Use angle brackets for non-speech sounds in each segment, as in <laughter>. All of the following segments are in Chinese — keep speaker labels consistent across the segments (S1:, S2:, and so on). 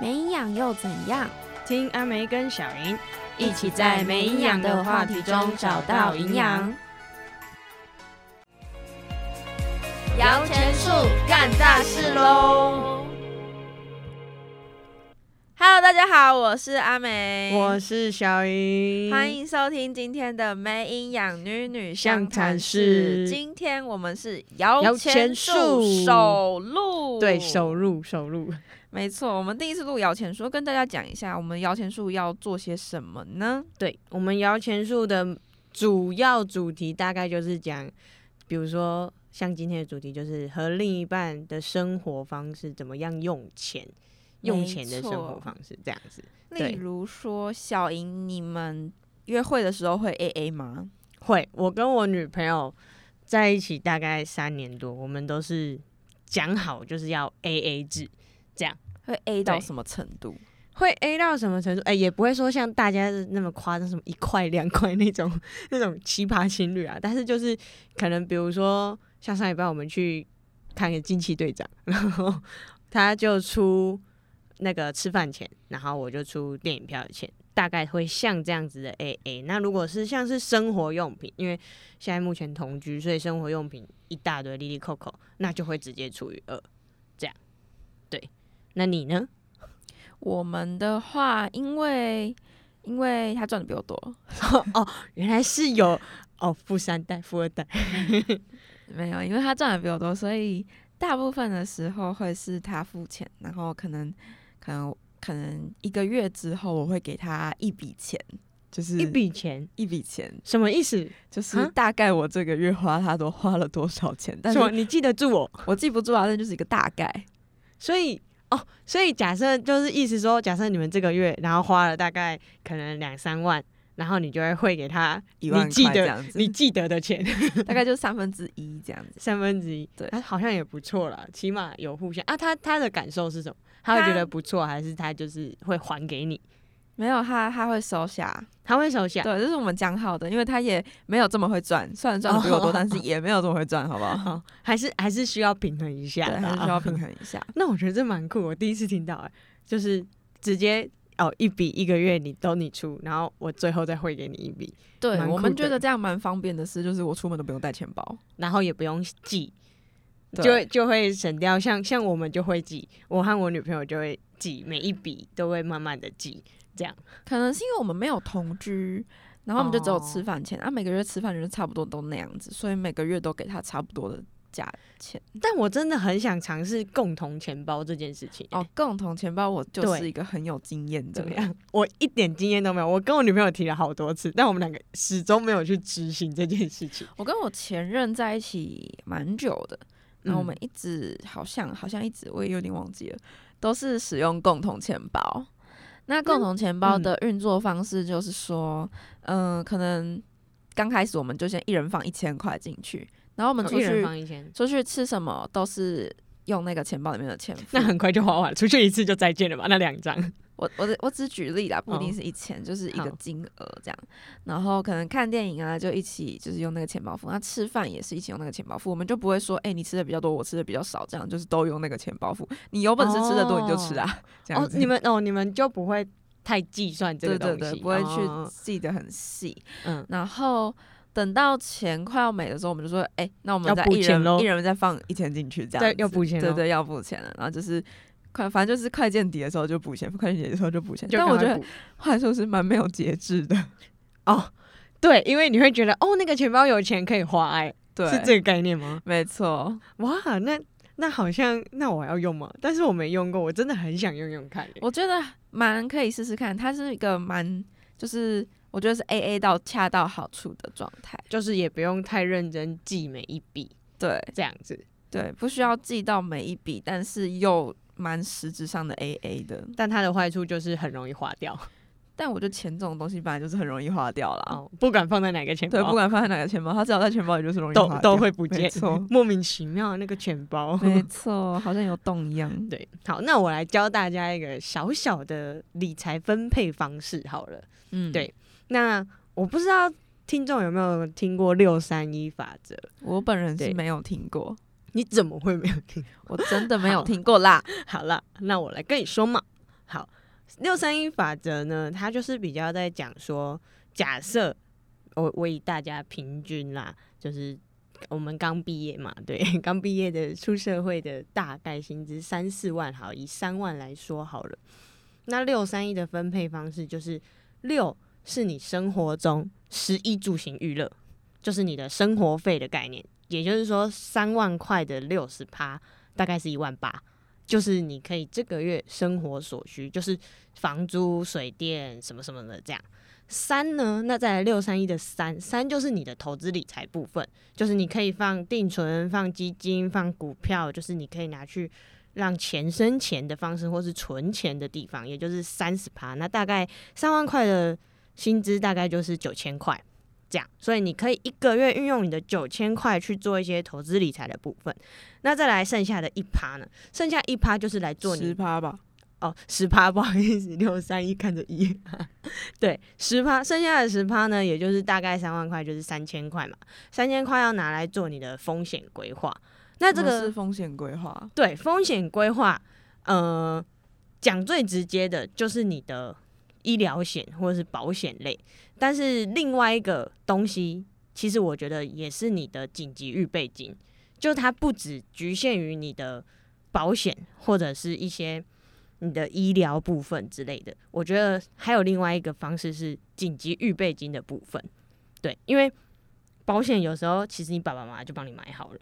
S1: 没营养又怎样？
S2: 听阿梅跟小莹
S1: 一起在没营养的话题中找到营养。摇钱树干大事喽！Hello，大家好，我是阿梅，
S2: 我是小莹，
S1: 欢迎收听今天的没营养女女相
S2: 相
S1: 谈
S2: 谈
S1: 室。
S2: 室
S1: 今天我们是摇
S2: 摇
S1: 钱
S2: 钱
S1: 树
S2: 树
S1: 首录，
S2: 对手入手入，
S1: 没错，我们第一次录摇钱树，跟大家讲一下，我们摇钱树要做些什么呢？
S2: 对我们摇钱树的主要主题大概就是讲，比如说像今天的主题就是和另一半的生活方式怎么样用钱，用钱的生活方式这样子，对
S1: 例如说，小莹，你们约会的时候会 A A 吗？
S2: 会，我跟我女朋友在一起大概三年多，我们都是讲好就是要 A A 制，这样
S1: 会 A 到
S2: 对
S1: 什么程度？
S2: 会 A 到什么程度？哎、也不会说像大家那么夸张，什么一块两块那种那种奇葩情侣啊。但是就是可能比如说像上礼拜我们去看个惊奇队长，然后他就出那个吃饭钱，然后我就出电影票的钱。大概会像这样子的 A A，那如果是像是生活用品，因为现在目前同居，所以生活用品一大堆，利利扣扣，那就会直接除以二，这样。对，那你呢？
S1: 我们的话，因为因为他赚的比我多，
S2: <laughs> 哦原来是有哦，富三代、富二
S1: 嗯
S2: 代，
S1: 没有，因为他赚的比我多，所以大部分的时候会是他付钱，然后可能可能可能一个月之后，我会给他一笔钱，就是
S2: 一笔钱
S1: 一笔钱，
S2: 什么意思？
S1: 就是
S2: 啊
S1: 大概我这个月花他多花了多少钱，但
S2: 什
S1: 是
S2: 么？你记得住我？
S1: 我记不住啊，那就是一个大概。
S2: 所以哦，所以假设就是意思说，假设你们这个月然后花了大概可能两三万，然后你就会汇给他
S1: 一万
S2: 你记
S1: 块这
S2: 得
S1: 样子，
S2: 你记得的
S1: <laughs>
S2: 钱
S1: 大概就三分之一这样子。
S2: 三分之一，
S1: 对
S2: 啊，好像也不错啦，起码有互相啊。他他的感受是什么？他会觉得不错，还是他就是会还给你？
S1: 没有他，他会收下。
S2: 他会收下，
S1: 对，这是我们讲好的，因为他也没有这么会赚，虽然赚的比我多，
S2: 哦
S1: 但是也没有这么会赚，好
S2: <laughs>
S1: 不好？
S2: 哦，还是还是需要平衡一下
S1: 对，
S2: 的啊，
S1: 还是需要平衡一下。
S2: 那我觉得这蛮酷，我第一次听到、欸，就是直接哦一笔一个月你都你出，然后我最后再汇给你一笔，
S1: 对
S2: 蛮
S1: 我
S2: 酷
S1: 们觉
S2: 的
S1: 得这样蛮方便的事，就是我出门都不用带钱包。
S2: 然后也不用记，就
S1: 对
S2: 会就会省掉。像像我们就会记，我和我女朋友就会记，每一笔都会慢慢的记，这样。
S1: 可能是因为我们没有同居，然后我们就只有
S2: 哦
S1: 吃饭钱，啊，每个月吃饭就差不多都那样子，所以每个月都给他差不多的价钱。
S2: 但我真的很想尝试共同钱包这件事情、
S1: 哦，共同钱包我就是
S2: 对
S1: 一个很有经验的
S2: 怎么
S1: 人，
S2: 样？我一点经验都没有，我跟我女朋友提了好多次，但我们两个始终没有去执行这件事情。
S1: <laughs> 我跟我前任在一起蛮久的，然后我们
S2: 嗯
S1: 一直好像好像一直我也有点忘记了，都是使用共同钱包。那共同钱
S2: 嗯
S1: 包的运作方式就是说，嗯、可能刚开始我们就先一人放一千块进去，然后我们
S2: 哦
S1: 出
S2: 一人
S1: 去、
S2: 放一千，
S1: 出去吃什么都是用那个钱包里面的钱付。
S2: <laughs> 那很快就花完了，出去一次就再见了吧？那两张。
S1: 我我的我只举例啦，不一定
S2: 哦
S1: 是一千、就是一
S2: 好
S1: 个金额这样。然后可能看电影啊，就一起就是用那个钱包付。那吃饭也是一起用那个钱包付，我们就不会说，哎、你吃的比较多，我吃的比较少，这样就是都用那个钱包付。你有本事吃的多你就吃啊，这样
S2: 哦，
S1: 子。
S2: 你们哦，你们就不会太计算这
S1: 对
S2: 个东
S1: 对
S2: 西，
S1: 对，不会
S2: 哦
S1: 去记得很细。
S2: 嗯，
S1: 然后等到钱快要没的时候，我们就说，哎、那我们
S2: 要
S1: 再
S2: 补
S1: 一
S2: 钱
S1: 人
S2: 咯
S1: 一人再放一千进去，这样
S2: 对
S1: 子，
S2: 要补钱哦
S1: 对
S2: 咯，
S1: 对，要补钱了。然后就是快，反正就是快见底的时候就补钱，快见底的时候就补钱。
S2: 就
S1: 但我
S2: 赶
S1: 觉
S2: 快
S1: 得
S2: 补
S1: 后来说是蛮没有节制的，
S2: 哦，对，因为你会觉得哦，那个钱包有钱可以花、哎，
S1: <laughs> 对，
S2: 是这个概念吗？
S1: 没错。
S2: 哇，那那好像那我要用吗？但是我没用过，我真的很想用用看、哎
S1: 我觉得蛮可以试试看，它是一个蛮就是我觉得是 A A 到恰到好处的状态，
S2: 就是也不用太认真记每一笔
S1: 对
S2: 这样子，
S1: 对，不需要记到每一笔，但是又蛮实质上的 A A 的。
S2: 但它的坏处就是很容易花掉
S1: 但我觉得钱这种东西本来就是很容易花掉啦，
S2: 哦，不管放在哪个钱
S1: 对，不
S2: 包，
S1: 管放在哪个钱包，它只要在钱包里就是容易花
S2: 都
S1: 掉
S2: 都会不
S1: 没
S2: 见，。
S1: 错 <laughs>
S2: 莫名其妙的那个钱包，
S1: 没错，好像有洞一样。
S2: 对，好，那我来教大家一个小小的理财分配方式好了。
S1: 嗯，
S2: 对那我不知道听众有没有听过六三一法则？
S1: 我本人是
S2: 对
S1: 没有听过，
S2: 你怎么会没有听？
S1: 我真的没有
S2: <laughs> 好
S1: 听过啦。
S2: 好了，那我来跟你说嘛。好，六三一法则呢，它就是比较在讲说，假设我我以大家平均啦，就是我们刚毕业嘛，对， <laughs> 刚毕业的出社会的大概薪资三四万，好，以三万来说好了。那六三一的分配方式就是六是你生活中食衣住行娱乐，就是你的生活费的概念，也就是说三万块的六十趴，大概是一万八。就是你可以这个月生活所需，就是房租、水电什么什么的这样。三呢，那再来六三一的三，三就是你的投资理财部分，就是你可以放定存、放基金、放股票，就是你可以拿去让钱生钱的方式，或是存钱的地方，也就是三十趴。那大概三万块的薪资，大概就是九千块这样。所以你可以一个月运用你的九千块去做一些投资理财的部分。那再来剩下的一趴呢？剩下一趴就是来做你
S1: 十趴吧，
S2: 哦，十趴， <laughs> 不好意思，六三一看着一，对，十趴，剩下的十趴呢，也就是大概三万块，就是三千块嘛，三千块要拿来做你的风险规划。那这
S1: 什么
S2: 个
S1: 哦是风险规划，
S2: 对风险规划，呃，讲最直接的就是你的医疗险或者是保险类，但是另外一个东西，其实我觉得也是你的紧急预备金，就它不只局限于你的保险或者是一些你的医疗部分之类的。我觉得还有另外一个方式是紧急预备金的部分，对，因为保险有时候其实你爸爸妈妈就帮你买好了。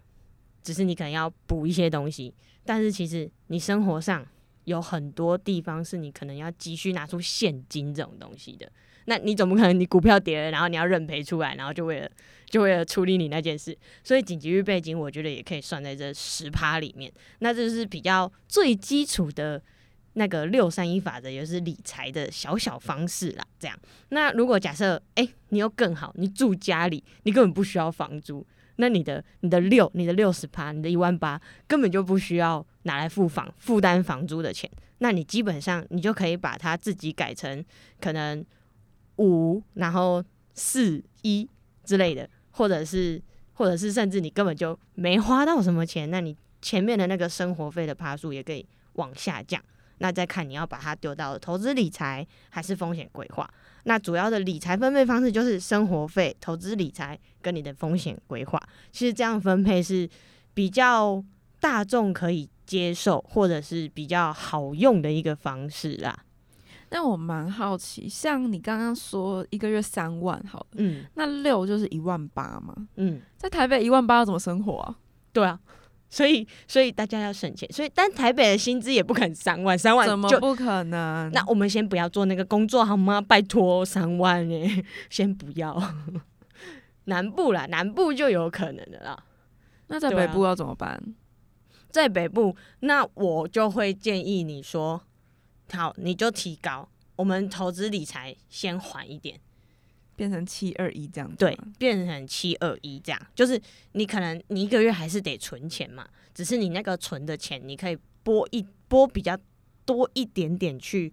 S2: 只是你可能要补一些东西，但是其实你生活上有很多地方是你可能要急需拿出现金这种东西的。那你总不可能你股票跌了，然后你要认赔出来，然后就为了就为了处理你那件事，所以紧急预备金我觉得也可以算在这十趴里面。那这就是比较最基础的那个六三一法则，也就是理财的小小方式啦。这样，那如果假设诶你又更好，你住家里，你根本不需要房租，那你的你的六你的六十趴，你的一万八根本就不需要拿来付房负担房租的钱，那你基本上你就可以把它自己改成可能五，然后四一之类的，或者是或者是甚至你根本就没花到什么钱，那你前面的那个生活费的趴数也可以往下降。那再看你要把它丢到投资理财还是风险规划。那主要的理财分配方式就是生活费、投资理财跟你的风险规划。其实这样分配是比较大众可以接受，或者是比较好用的一个方式啦。
S1: 但我蛮好奇，像你刚刚说一个月三万好了，
S2: 嗯
S1: 那六就是一万八嘛，
S2: 嗯，
S1: 在台北一万八要怎么生活啊？
S2: 对啊，所以所以大家要省钱，所以但台北的薪资也不肯三万，三万
S1: 怎么
S2: 就
S1: 不可能？
S2: 那我们先不要做那个工作好吗？拜托，三万 <laughs> 耶，先不要。 <laughs> 南部啦，南部就有可能的啦。
S1: 那在
S2: 对
S1: 北
S2: 啊
S1: 部要怎么办？
S2: 在北部，那我就会建议你说，好，你就提高。我们投资理财先缓一点，
S1: 变成七二一这样子
S2: 对
S1: 吗，
S2: 变成七二一这样，就是你可能你一个月还是得存钱嘛，只是你那个存的钱，你可以拨一拨比较多一点点去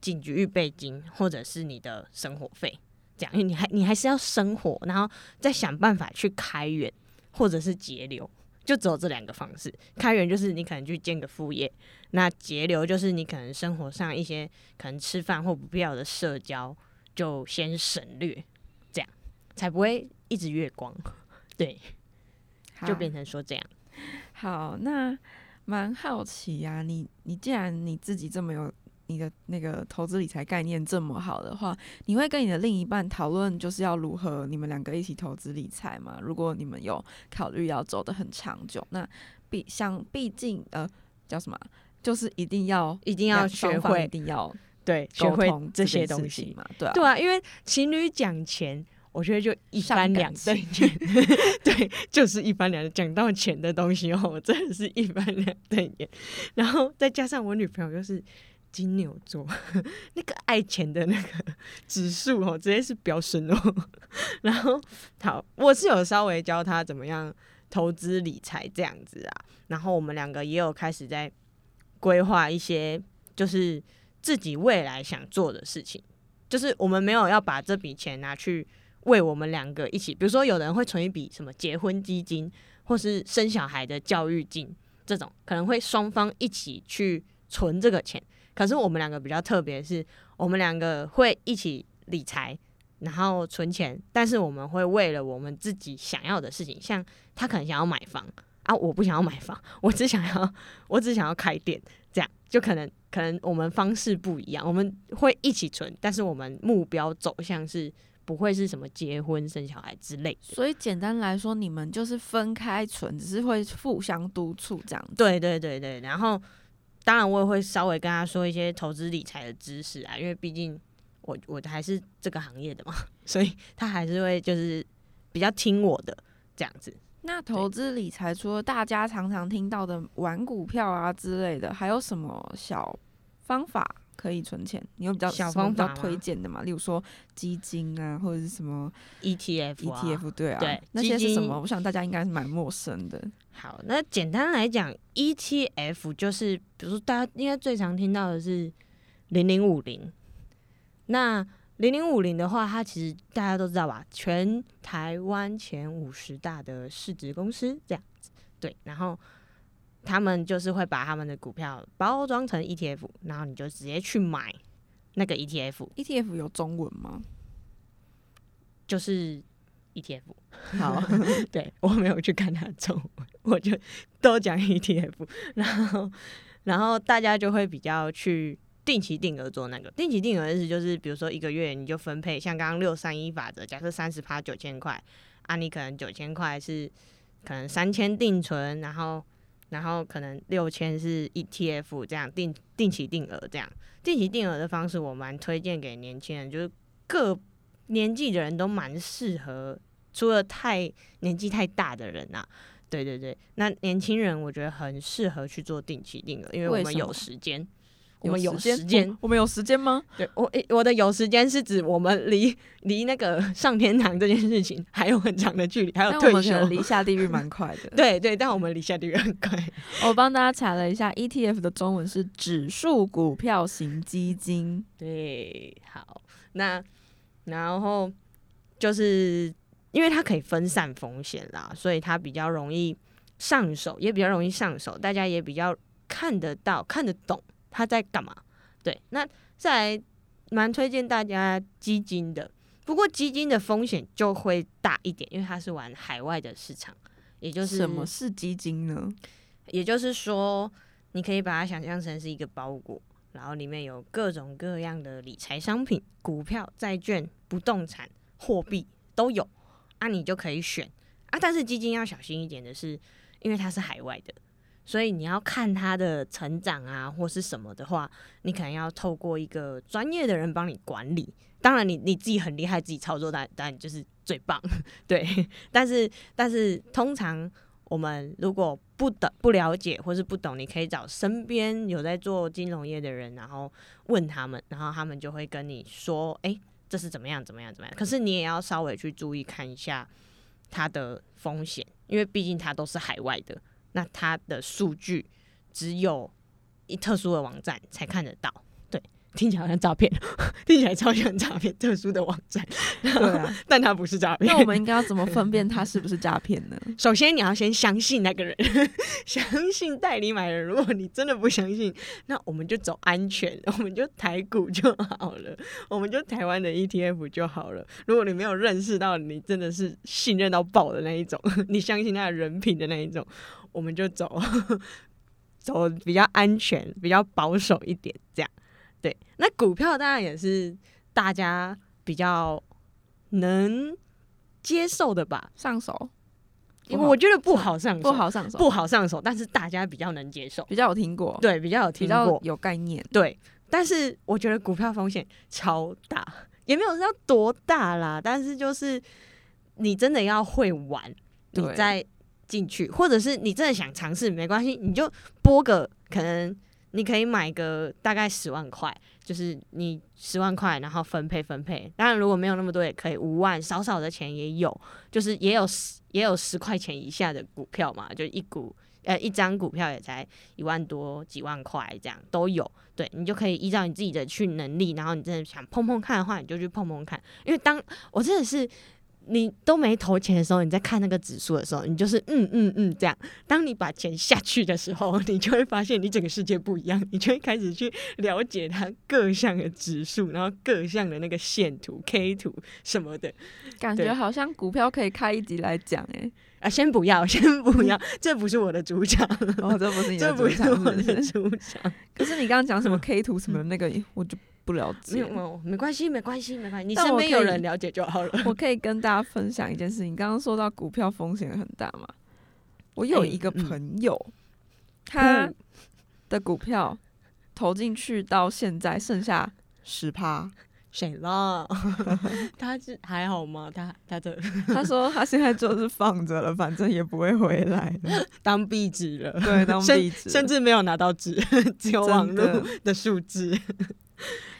S2: 紧急预备金，或者是你的生活费，这样，因为你还你还是要生活，然后再想办法去开源或者是节流，就只有这两个方式。开源就是你可能去兼个副业，那节流就是你可能生活上一些可能吃饭或不必要的社交就先省略，这样才不会一直月光，对，
S1: 好
S2: 就变成说这样。
S1: 好，那蛮好奇呀、你你既然你自己这么有你的那个投资理财概念这么好的话，你会跟你的另一半讨论就是要如何你们两个一起投资理财吗？如果你们有考虑要走得很长久，那毕像毕竟呃叫什么啊，就是一定要
S2: 一定要
S1: 两
S2: 学
S1: 双方一
S2: 会，
S1: 定要
S2: 对，学
S1: 沟
S2: 会
S1: 通
S2: 这些
S1: 件事
S2: 东
S1: 情
S2: 西。
S1: 嘛，对啊，
S2: 对啊，因为情侣讲钱，我觉得就一
S1: 伤
S2: 翻
S1: 感
S2: 两对，对，就是一翻两瞪眼讲到钱的东西哦，我真的是一翻两瞪眼。然后再加上我女朋友又是金牛座， <laughs> 那个爱钱的那个指数哦，直接是飙升哦。 <laughs> 然后好，我是有稍微教她怎么样投资理财这样子啊，然后我们两个也有开始在规划一些就是自己未来想做的事情。就是我们没有要把这笔钱拿去为我们两个一起，比如说有人会存一笔什么结婚基金，或是生小孩的教育金这种，可能会双方一起去存这个钱。可是我们两个比较特别，是我们两个会一起理财，然后存钱，但是我们会为了我们自己想要的事情，像他可能想要买房啊，我不想要买房，我只想要我只想要开店，这样就可能可能我们方式不一样，我们会一起存，但是我们目标走向是不会是什么结婚生小孩之类的。
S1: 所以简单来说，你们就是分开存，只是会互相督促这样子。
S2: 对对对对，然后当然我也会稍微跟他说一些投资理财的知识啊，因为毕竟我我还是这个行业的嘛， <laughs> 所以他还是会就是比较听我的这样子。
S1: 那投资理财除了大家常常听到的玩股票啊之类的，还有什么小方法可以存钱？你有比较
S2: 小
S1: 什么比较
S2: 方法吗
S1: 推荐的嘛？例如说基金啊，或者是什么
S2: ETF 啊
S1: ETF，对啊，
S2: 对
S1: 那些
S2: 基
S1: 是什
S2: 金
S1: 么？我想大家应该是蛮陌生的。
S2: 好，那简单来讲，ETF 就是，比如说大家应该最常听到的是零零五零。那零零五零的话，它其实大家都知道吧，全台湾前五十大的市值公司这样子。对，然后他们就是会把他们的股票包装成 ETF，然后你就直接去买那个 E ETF，
S1: ETF E 有中文吗？
S2: 就是 ETF。
S1: 好，
S2: <laughs> 对我没有去看他的中文，我就都讲 ETF，然后然后大家就会比较去定期定额做那个定期定额的意思就是，比如说一个月你就分配，像刚刚六三一法则，假设三十趴九千块啊，你可能九千块是可能三千定存，然后然后可能六千是 ETF 这样定定期定额这样定期定额的方式，我蛮推荐给年轻人，就是各年纪的人都蛮适合。除了太年纪太大的人啊，对对对，那年轻人我觉得很适合去做定期定额，因为我
S1: 为
S2: 们
S1: 什么
S2: 有时间，我们有
S1: 时
S2: 时间
S1: 我，我们有时间吗？
S2: 对我诶我的有时间是指我们离离那个上天堂这件事情还有很长的距离，还有
S1: 但我
S2: 退
S1: 们可
S2: 休
S1: 能。离下地狱蛮快的。
S2: <laughs> 对对，但我们离下地狱很快。
S1: 我帮大家查了一下，ETF 的中文是指数股票型基金。
S2: 对，好，那然后就是因为它可以分散风险啦，所以它比较容易上手，也比较容易上手，大家也比较看得到、看得懂它在干嘛。对，那再来蛮推荐大家基金的，不过基金的风险就会大一点，因为它是玩海外的市场，也就是
S1: 什么是基
S2: <laughs>
S1: 金呢？
S2: 也就是说，你可以把它想象成是一个包裹，然后里面有各种各样的理财商品、股票、债券、不动产、货币都有，啊，你就可以选啊。但是基金要小心一点的是，因为它是海外的，所以你要看它的成长啊或是什么的话，你可能要透过一个专业的人帮你管理。当然你，你自己很厉害，自己操作，当然当然就是最棒，对。但是，但是通常我们如果不懂、不了解或是不懂，你可以找身边有在做金融业的人，然后问他们，然后他们就会跟你说：“诶，这是怎么样、怎么样、怎么样。”可是你也要稍微去注意看一下它的风险，因为毕竟它都是海外的，那它的数据只有一特殊的网站才看得到。对，听起来好像诈骗， <laughs> 听起来超像诈骗，特殊的网站，
S1: 对啊，
S2: <laughs> 但它不是诈骗。
S1: <laughs> 那我们应该要怎么分辨它是不是诈骗呢？
S2: 首先你要先相信那个人， <laughs> 相信代理买人。如果你真的不相信，那我们就走安全，我们就台股就好了， <laughs> 我们就台湾的 ETF 就好了。如果你没有认识到你真的是信任到爆的那一种， <laughs> 你相信他的人品的那一种，我们就走 <laughs> 走比较安全、比较保守一点这样。对，那股票当然也是大家比较能接受的吧。
S1: <laughs> 上手不好
S2: 我觉得不好上手，
S1: 不好上手，
S2: 不好上手，但是大家比较能接受，
S1: 比较有听过，
S2: 对，比较有
S1: 比
S2: 听
S1: 较
S2: 过，
S1: 有概念。
S2: 对。但是我觉得股票风险超大，也没有要多大啦，但是就是你真的要会玩，你
S1: 对
S2: 再进去，或者是你真的想尝试，没关系，你就拨个可能。你可以买个大概十万块，就是你十万块，然后分配分配。当然，如果没有那么多也可以，五万少少的钱也有，就是也有十也有十块钱以下的股票嘛，就一股呃一张股票也才一万多几万块这样都有。对你就可以依照你自己的去能力，然后你真的想碰碰看的话，你就去碰碰看。因为当我真的是你都没投钱的时候，你在看那个指数的时候，你就是嗯嗯嗯这样。当你把钱下去的时候，你就会发现你整个世界不一样，你就会开始去了解它各项的指数，然后各项的那个线图、K 图什么的。
S1: 感
S2: 对
S1: 觉好像股票可以开一集来讲 <laughs> 哎、
S2: 啊，先不要，先不 <laughs> 要，这不是我的主 <laughs> 场，
S1: 哦，这不是你
S2: 这
S1: 的
S2: 不
S1: 主
S2: 是
S1: 场，
S2: 我的
S1: 是 <laughs> 不是
S2: 主场。
S1: 可是你刚刚讲 <laughs> 什么 K 图什么那个，我就不了
S2: 没
S1: 解
S2: 有，。没有，没关系，没关系，没关系。你
S1: 但
S2: 身
S1: 我
S2: 边
S1: 可
S2: 有
S1: 以
S2: 人了解就好了。
S1: 我可以跟大家分享一件事情，刚刚说到股票风险很大嘛，我有
S2: 哎
S1: 一个
S2: 嗯
S1: 朋友，他
S2: 嗯
S1: 的股票投进去到现在剩下十趴，
S2: 谁啦？ <laughs> 他是还好吗？他他这
S1: <laughs> 他说他现在就是放着了，反正也不会回来了，
S2: <laughs> 当壁纸了。
S1: <laughs> 对，当
S2: 甚
S1: 壁纸了，
S2: 甚至没有拿到纸， <laughs> 只有
S1: 真
S2: 网络
S1: 的
S2: 的数字。 <laughs>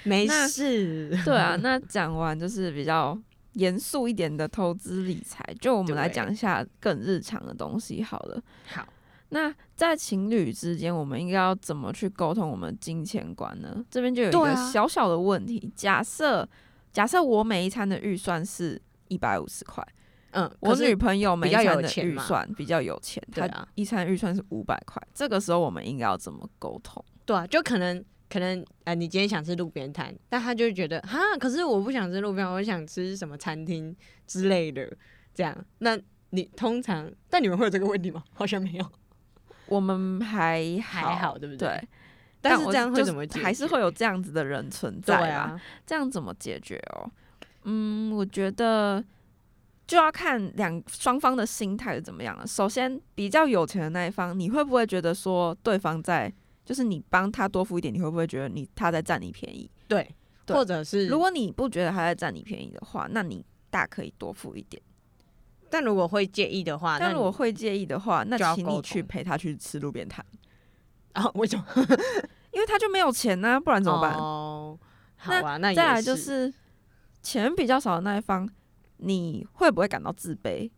S2: 没
S1: 那
S2: 事，
S1: 对啊，那讲完就是比较严肃一点的投资理财，就我们来
S2: 对
S1: 讲一下更日常的东西好了。
S2: 好，
S1: 那在情侣之间，我们应该要怎么去沟通我们金钱观呢？这边就有一
S2: 对
S1: 个
S2: 啊
S1: 小小的问题，假设假设我每一餐的预算是一百五十块，
S2: 嗯，
S1: 我
S2: 可是
S1: 女朋友每一餐的
S2: 比较有钱
S1: 预
S2: 嘛
S1: 算比较有钱，
S2: 对
S1: 她
S2: 啊，
S1: 一餐预算是五百块，这个时候我们应该要怎么沟通？
S2: 对啊，就可能可能呃，你今天想吃路边摊，但他就会觉得哈，可是我不想吃路边摊，我想吃什么餐厅之类的，这样。那你通常，但你们会有这个问题吗？好像没有，
S1: 我们还好
S2: 还好，对不
S1: 对，
S2: 但是
S1: 我
S2: 这样
S1: 就
S2: 会怎么解决？
S1: 还是会有这样子的人存
S2: 对
S1: 在吧？
S2: 啊，
S1: 这样怎么解决哦？嗯，我觉得就要看两双方的心态是怎么样了。首先，比较有钱的那一方，你会不会觉得说对方在，就是你帮他多付一点，你会不会觉得你他在占你便宜？
S2: 对，
S1: 对
S2: 或者是
S1: 如果你不觉得他在占你便宜的话，那你大可以多付一点。
S2: 但如果会介意的话，
S1: 但
S2: 啊那
S1: 如
S2: <laughs>
S1: 果会介意的话，那
S2: 就要
S1: 请
S2: 沟
S1: 你去
S2: 通
S1: 陪他去吃路边摊，
S2: 你啊，为什么？
S1: 因为他就没有钱呐、不然怎么办？
S2: 哦，好啊，那也
S1: 再来就是钱比较少的那一方，你会不会感到自卑？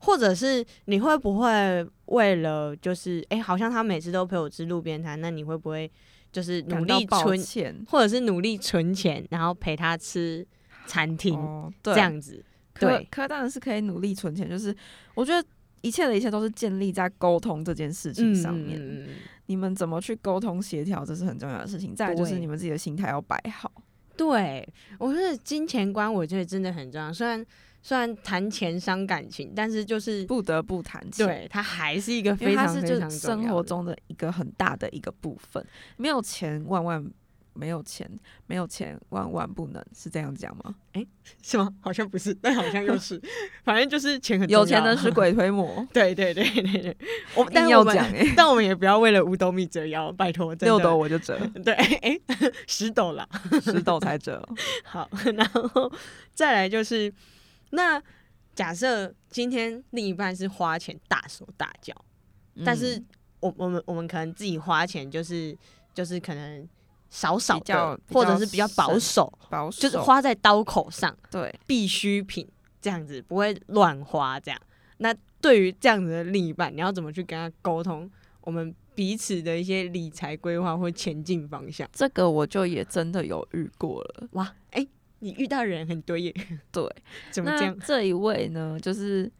S2: 或者是你会不会为了就是哎、诶好像他每次都陪我吃路边摊，那你会不会就是努
S1: 感到
S2: 力
S1: 抱
S2: 存，
S1: 歉，
S2: 或者是努力存钱，然后陪他吃餐厅、
S1: 哦，对，
S2: 这样子？
S1: 可
S2: 对
S1: 可当然是可以努力存钱，就是我觉得一切的一切都是建立在沟通这件事情上面。
S2: 嗯嗯嗯
S1: 你们怎么去沟通协调，这是很重要的事情。再来就是
S2: 对
S1: 你们自己的心态要摆好。
S2: 对，我觉得金钱观，我觉得真的很重要。虽然虽然谈钱伤感情，但是就是
S1: 不得不谈钱。。
S2: 对它还是一个
S1: 因为
S2: 非
S1: 它
S2: 常
S1: 是
S2: 非
S1: 就
S2: 常
S1: 是生
S2: 重要
S1: 活
S2: 的
S1: 中的一个很大的一个部分，没有钱万万没有钱，没有钱万万不能，是这样讲吗？
S2: <laughs> 是吗？好像不是，但好像又是，反正就是钱很重要
S1: 有钱能使鬼推磨，
S2: <laughs> 对对对对对，我
S1: 硬
S2: 但
S1: 要
S2: 我们
S1: 讲欸
S2: <laughs> 但我们也不要为了五斗米折腰，拜托，真的
S1: 六斗我就折，
S2: 对， <laughs> 哎、十斗啦。
S1: 十斗才折。哦
S2: 好，然后再来就是，那假设今天另一半是花钱大手大脚， <laughs> 但是
S1: 嗯
S2: 我我们我们可能自己花钱就是就是可能少少
S1: 比较
S2: 的，
S1: 比
S2: 或者
S1: 较
S2: 是比较保
S1: 省
S2: 守，
S1: 保守
S2: 就是花在刀口上。
S1: 对，
S2: 必需品这样子，不会乱花这样。那对于这样子的另一半，你要怎么去跟他沟通我们彼此的一些理财规划或前进方向？
S1: 这个我就也真的有遇过了。
S2: 哇，哎、你遇到人很多耶，
S1: 对，
S2: 怎么这
S1: 那
S2: 样？
S1: 这一位呢，就是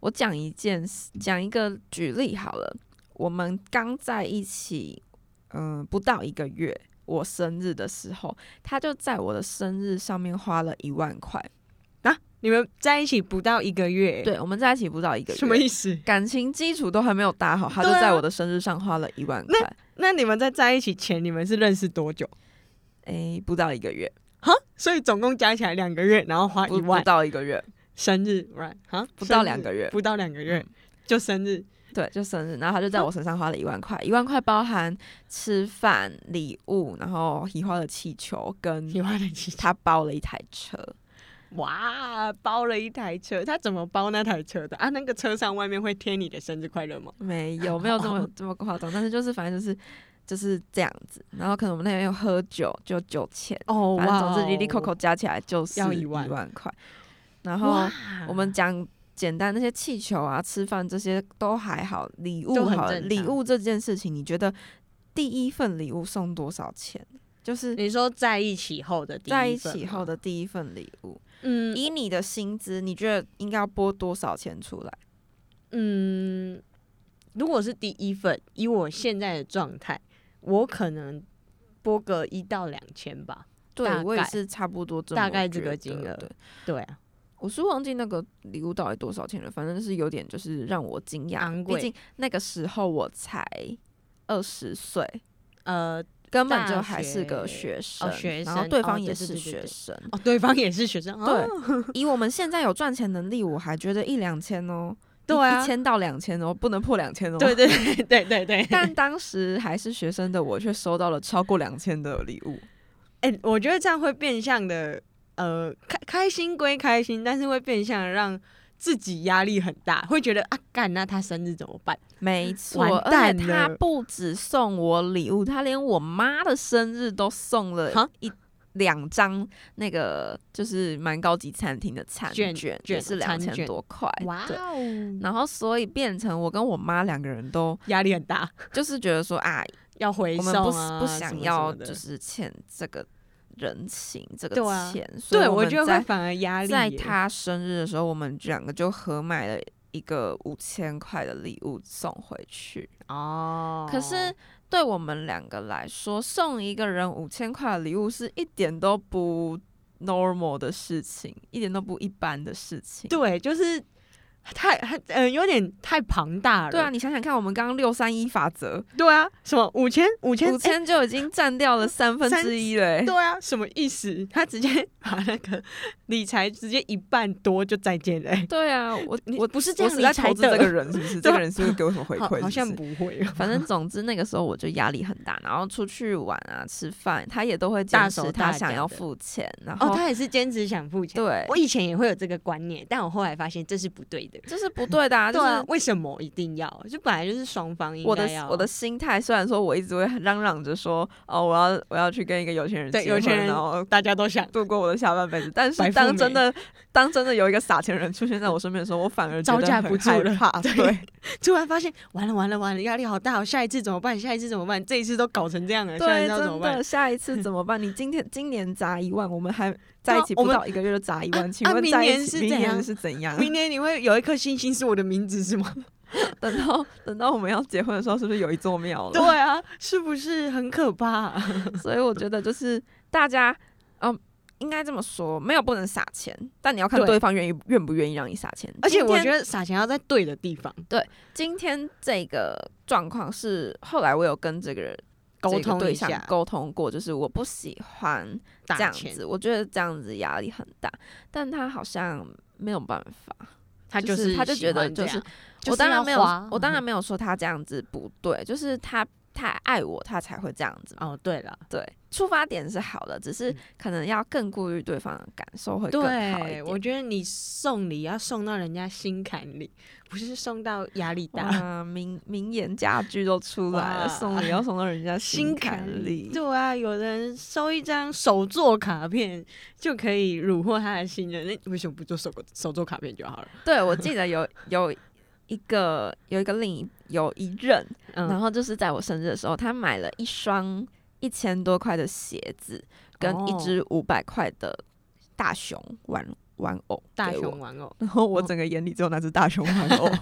S1: 我讲一件事，讲一个举例好了。我们刚在一起，嗯、不到一个月，我生日的时候，他就在我的生日上面花了一万块。
S2: 你们在一起不到一个月，，
S1: 对，我们在一起不到一个月，
S2: 什么意思？
S1: 感情基础都还没有打好，他就
S2: 对啊
S1: 在我的生日上花了一万块。
S2: 那你们在在一起前，你们是认识多久？
S1: 诶，不到一个月，
S2: 哈，所以总共加起来两个月，然后花
S1: 不
S2: 一
S1: 不
S2: 万，
S1: 到一个月，
S2: 生日 right 哈，
S1: 不到
S2: 生日
S1: 两个月嗯
S2: 不到两个月就生日，
S1: 对，就生日，然后他就在我身上花了一万块，一万块包含吃饭、礼物，然后喜花的气球跟
S2: 你花得起
S1: 他包了一台车，
S2: 哇，包了一台车，他怎么包那台车的啊？那个车上外面会贴你的生日快乐吗？
S1: 没有没有这
S2: <laughs>
S1: 么这么夸张，但是就是反正就是就是这样子。然后可能我们那边有喝酒，就酒钱，
S2: 哦
S1: 反正总之 l 里扣扣加起来就是
S2: 要
S1: 一
S2: 一万
S1: 万块。然后
S2: 哇，
S1: 我们讲简单那些气球啊、吃饭这些都还好，礼
S2: 都
S1: 物
S2: 很
S1: 好了，
S2: 正
S1: 礼
S2: 常
S1: 物这件事情，你觉得第一份礼物送多少钱？就是
S2: 你说在一起后的第一
S1: 在一
S2: 份
S1: 起
S2: 吗
S1: 后的第一份礼物，
S2: 嗯
S1: 以你的薪资，你觉得应该要拨多少钱出来？
S2: 嗯，如果是第一份，以我现在的状态，我可能拨个一到两千吧。大
S1: 对，我也
S2: 概
S1: 是差不多这么
S2: 大概这
S1: 觉
S2: 个
S1: 得
S2: 金额
S1: 对，
S2: 对啊，
S1: 我是忘记那个礼物到底多少钱了，反正是有点就是让我惊
S2: 昂
S1: 讶，
S2: 贵
S1: 毕竟那个时候我才二十岁，
S2: 呃，
S1: 根本
S2: 大
S1: 就还是个
S2: 学
S1: 学生，
S2: 学
S1: 然后
S2: 生
S1: 对
S2: 哦
S1: 方
S2: 对对
S1: 也是
S2: 对对
S1: 学
S2: 对
S1: 生。
S2: 哦，对方也是学生，哦、
S1: 以我们现在有赚钱能力，我还觉得一两千哦，
S2: 对啊
S1: 一千到两千哦，不能破两千哦。
S2: 对对对对对对。
S1: <laughs> 但当时还是学生的我，却收到了超过两千的礼物。
S2: 哎、我觉得这样会变相的，呃，开开心归开心，但是会变相地让自己压力很大，会觉得啊，干，那他生日怎么办？
S1: <laughs> 没错，
S2: 完
S1: 而
S2: 蛋
S1: 且
S2: 了
S1: 他不止送我礼物，他连我妈的生日都送了
S2: 哈
S1: 一两张那个就是蛮高级餐厅的餐
S2: 卷
S1: 卷
S2: 卷
S1: 也是两
S2: 餐
S1: 千
S2: 卷
S1: 多块。对，
S2: 哦，
S1: 然后所以变成我跟我妈两个人
S2: <laughs>
S1: 都
S2: 压力很大，
S1: 就是觉得说啊，
S2: 要回
S1: 我
S2: 送
S1: 们不
S2: 啊，
S1: 不
S2: 什么什
S1: 想
S2: 么
S1: 要
S2: 的
S1: 就是欠这个人情这个
S2: 对啊
S1: 钱，所以
S2: 对，
S1: 我
S2: 我
S1: 们
S2: 觉得会
S1: 在
S2: 反而压力
S1: 在
S2: 耶
S1: 他生日的时候，我们两个就合买了一个五千块的礼物送回去。
S2: 哦，
S1: 可是对我们两个来说，送一个人五千块的礼物是一点都不 normal 的事情，一点都不一般的事情。
S2: 对，就是太呃有点太庞大了，
S1: 对啊，，你想想看，我们刚刚六三一法则，
S2: 对啊，什么五千五千
S1: 五千就已经占掉了三分
S2: 三
S1: 之一了、欸。
S2: 对啊，什么意思？他直接把那个 <laughs> 理财直接一半多就再见了、欸。
S1: 对啊，我
S2: 你
S1: 我
S2: 不是这样
S1: 我是在
S2: 理财
S1: 投资
S2: 的
S1: 这个人，是不是？
S2: <laughs>
S1: 这
S2: 对啊
S1: 个人是不是给我什么回
S2: 好
S1: 馈？是不
S2: 好像
S1: 是
S2: 不会哦，<laughs>
S1: 反正总之那个时候我就压力很大，然后出去玩啊、吃饭，他也都会
S2: 大
S1: 坚
S2: 手
S1: 持
S2: 大
S1: 他想
S2: 脚
S1: 要
S2: 的
S1: 付钱，然
S2: 哦，
S1: 后
S2: 他也是兼职想付钱。
S1: 对，
S2: 我以前也会有这个观念，但我后来发现这是不对的。
S1: 这是不对的、
S2: <laughs>
S1: 啊，就
S2: 对啊
S1: 是，
S2: 为什么一定要？就本来就是双方应
S1: 我
S2: 该
S1: 的
S2: 要
S1: 我的心态，虽然说我一直会嚷嚷着说，哦，我要我要去跟一个有钱人
S2: 对
S1: 结
S2: 有
S1: 婚
S2: 钱人
S1: 然后
S2: 大家都想
S1: 度过我的下半辈子。但
S2: 白
S1: 是
S2: 富
S1: 当
S2: 美
S1: 真的当真的有一个撒钱人出现在我身边的时候，我反而觉
S2: 招
S1: 得
S2: 架
S1: 很
S2: 不
S1: 害
S2: 住 <laughs> 了
S1: 怕
S2: 对
S1: 对
S2: 突然发现完了完了完了，压力好大哦！下一次怎么办？下一次怎么办？这一次都搞成这样了，下一
S1: 对，
S2: 次要怎么
S1: 真
S2: 办
S1: 的，？下一次怎么办？你今天今年砸一万，我们还在
S2: 对
S1: 一
S2: 啊
S1: 起
S2: 我
S1: 不
S2: 们
S1: 到一个月就砸一
S2: 啊
S1: 万，请
S2: 啊
S1: 问
S2: 明
S1: 在一
S2: 年
S1: 起
S2: 是
S1: 明
S2: 怎
S1: 年
S2: 样
S1: 是怎样？
S2: 明年你会有一颗星星是我的名字是
S1: <laughs>
S2: 吗？
S1: 等到等到我们要结婚的时候，是不是有一座庙了？
S2: 对啊， <laughs> 是不是很可怕、
S1: <laughs>
S2: 啊
S1: 所以我觉得就是大家，嗯，应该这么说，没有不能撒钱，但你要看
S2: 对
S1: 对方愿意愿不愿意让你撒钱。
S2: 而且
S1: 今
S2: 我
S1: 天
S2: 觉得撒钱要在对的地方
S1: 今天这个状况是后来我有跟这个人
S2: 沟
S1: 这个
S2: 通
S1: 对
S2: 一
S1: 象
S2: 下，
S1: 沟通过，就是我不喜欢
S2: 打
S1: 这样
S2: 钱
S1: 子，我觉得这样子压力很大，但他好像没有办法，
S2: 他
S1: 就是他就
S2: 喜
S1: 觉得
S2: 欢这
S1: 就是
S2: 样
S1: 我当然没有
S2: 要花，
S1: 我当然没有说他这样子不对，就是他太爱我，他才会这样子
S2: <laughs>
S1: 嘛。
S2: 哦，对了，
S1: 对，出发点是好的，只是
S2: 嗯
S1: 可能要更顾虑对方的感受会更好一
S2: 对，我
S1: 点。
S2: 觉得你送礼要送到人家心坎里，不是送到压力大。
S1: 哇，名名言佳句都出来了，
S2: 哇
S1: 送
S2: <laughs>
S1: 礼要送到人家坎里。
S2: 对啊，有的人收一张手作卡片就可以虏获他的心人，那为什么不做手手作卡片就好了？
S1: 对，我记得有有一个有一个另一有一任，然
S2: 嗯，
S1: 后就是在我生日的时候，他买了一双一千多块的鞋子，跟一
S2: 哦
S1: 只五百块的大熊玩玩偶
S2: 大
S1: 给我
S2: 熊玩偶 <laughs>
S1: 然后我
S2: 哦
S1: 整个眼里只有那只大熊哦玩偶，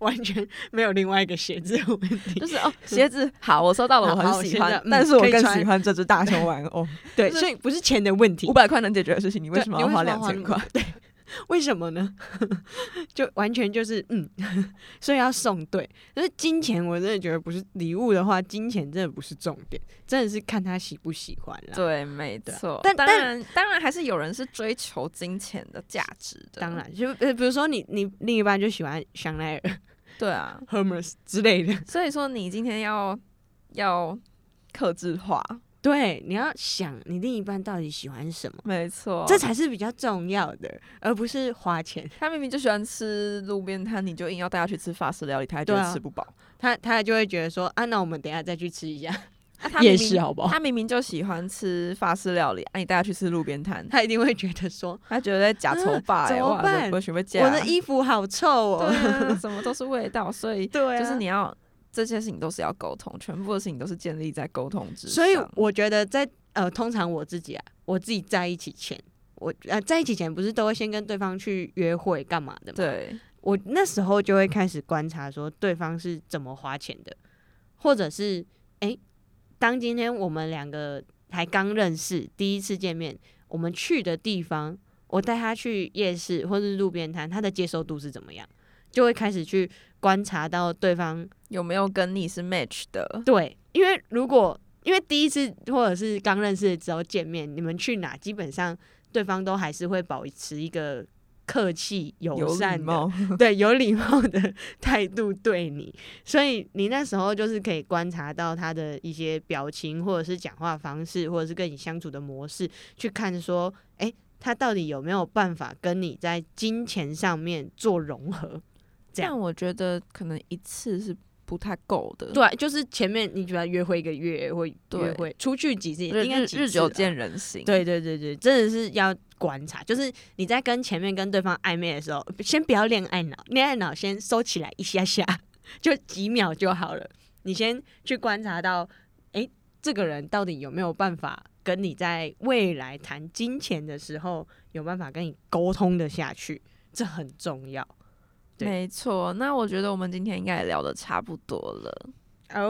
S1: <laughs>
S2: 完全没有另外一个鞋子的问题
S1: 就。是哦，鞋子好， <laughs> 我收到了，我
S2: 好好
S1: 很喜
S2: 我
S1: 欢
S2: 现在，嗯
S1: 但是我
S2: 可以
S1: 更
S2: 穿
S1: 喜欢这只大熊哦玩偶。
S2: 对，
S1: 就是
S2: 所以不是钱的问题
S1: 五，百块能解决的事情，你为
S2: 对
S1: 什么
S2: 你
S1: 要
S2: 为什
S1: 花
S2: 么要
S1: 两
S2: 花
S1: 千
S2: 那么
S1: 块？
S2: <laughs> 为什么呢？ <laughs> 就完全就是嗯， <laughs> 所以要送对。但是金钱，我真的觉得不是礼物的话，金钱真的不是重点，真的是看他喜不喜欢啦。
S1: 对，没
S2: 对啊
S1: 错。
S2: 但
S1: 当
S2: 但
S1: 然，当然还是有人是追求金钱的价值的。
S2: 当，然，就呃比如说你你另一半就喜欢香奈儿、 <laughs>
S1: 对啊。
S2: Hermes 之类
S1: <laughs>
S2: 的，
S1: 所以说，你今天要要克制化，
S2: 对，你要想你另一半到底喜欢什么，
S1: 没错。
S2: 这才是比较重要的，而不是花钱。
S1: 他明明就喜欢吃路边摊，你就硬要带他去吃法式料理，他还觉
S2: 对
S1: 得
S2: 啊
S1: 吃不饱。
S2: 他他就会觉得说啊，那我们等一下再去吃一下
S1: 啊他明
S2: 夜
S1: 明
S2: 市哦好不好？
S1: 他明明就喜欢吃法式料理，啊，你带他去吃路边摊，
S2: 他一定会觉得说
S1: 他觉得在假愁吧、欸，
S2: 嗯怎么
S1: 哇
S2: 办
S1: 我准备假，
S2: 我的衣服好臭哦。
S1: 对、啊，什么都是味道，所以
S2: <laughs> 对
S1: 就是
S2: 啊
S1: 你要这些事情都是要沟通，全部的事情都是建立在沟通之上。
S2: 所以我觉得在呃，通常我自己啊，我自己在一起前，我呃在一起前不是都会先跟对方去约会干嘛的吗？
S1: 对，
S2: 我那时候就会开始观察说对方是怎么花钱的，或者是诶，当今天我们两个才刚认识，第一次见面，我们去的地方，我带他去夜市或是路边摊，他的接受度是怎么样，就会开始去观察到对方
S1: 有没有跟你是 match 的？
S2: 对，因为如果因为第一次或者是刚认识的时候见面，你们去哪，基本上对方都还是会保持一个客气友
S1: 有礼
S2: 善的，
S1: 貌，
S2: 对有礼貌的态度对你，所以你那时候就是可以观察到他的一些表情，或者是讲话方式，或者是跟你相处的模式，去看说，哎、他到底有没有办法跟你在金钱上面做融合？这样
S1: 但我觉得可能一次是不太够的。
S2: 对，啊就是前面你觉得约会一个月或约
S1: 对
S2: 会出去几次，
S1: 日
S2: 应该
S1: 日
S2: 几
S1: 日
S2: 次
S1: 久
S2: 啊
S1: 见人心。
S2: 对对对对，真的是要观察，就是你在跟前面跟对方暧昧的时候，先不要恋爱脑，恋爱脑先收起来一下下，就几秒就好了。你先去观察到，诶，这个人到底有没有办法跟你在未来谈金钱的时候，有办法跟你沟通的下去，这很重要。对
S1: 没错。那我觉得我们今天应该也聊的差不多了。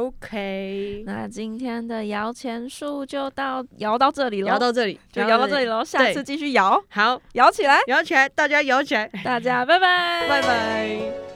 S2: OK，
S1: 那今天的摇钱树就到摇到这里了，
S2: 聊到这里，
S1: 就摇到这里
S2: 了。
S1: 喽。下次继续摇，
S2: 好，
S1: 摇起来，
S2: 摇起来，大家摇起来，
S1: 大家拜拜，
S2: 拜拜。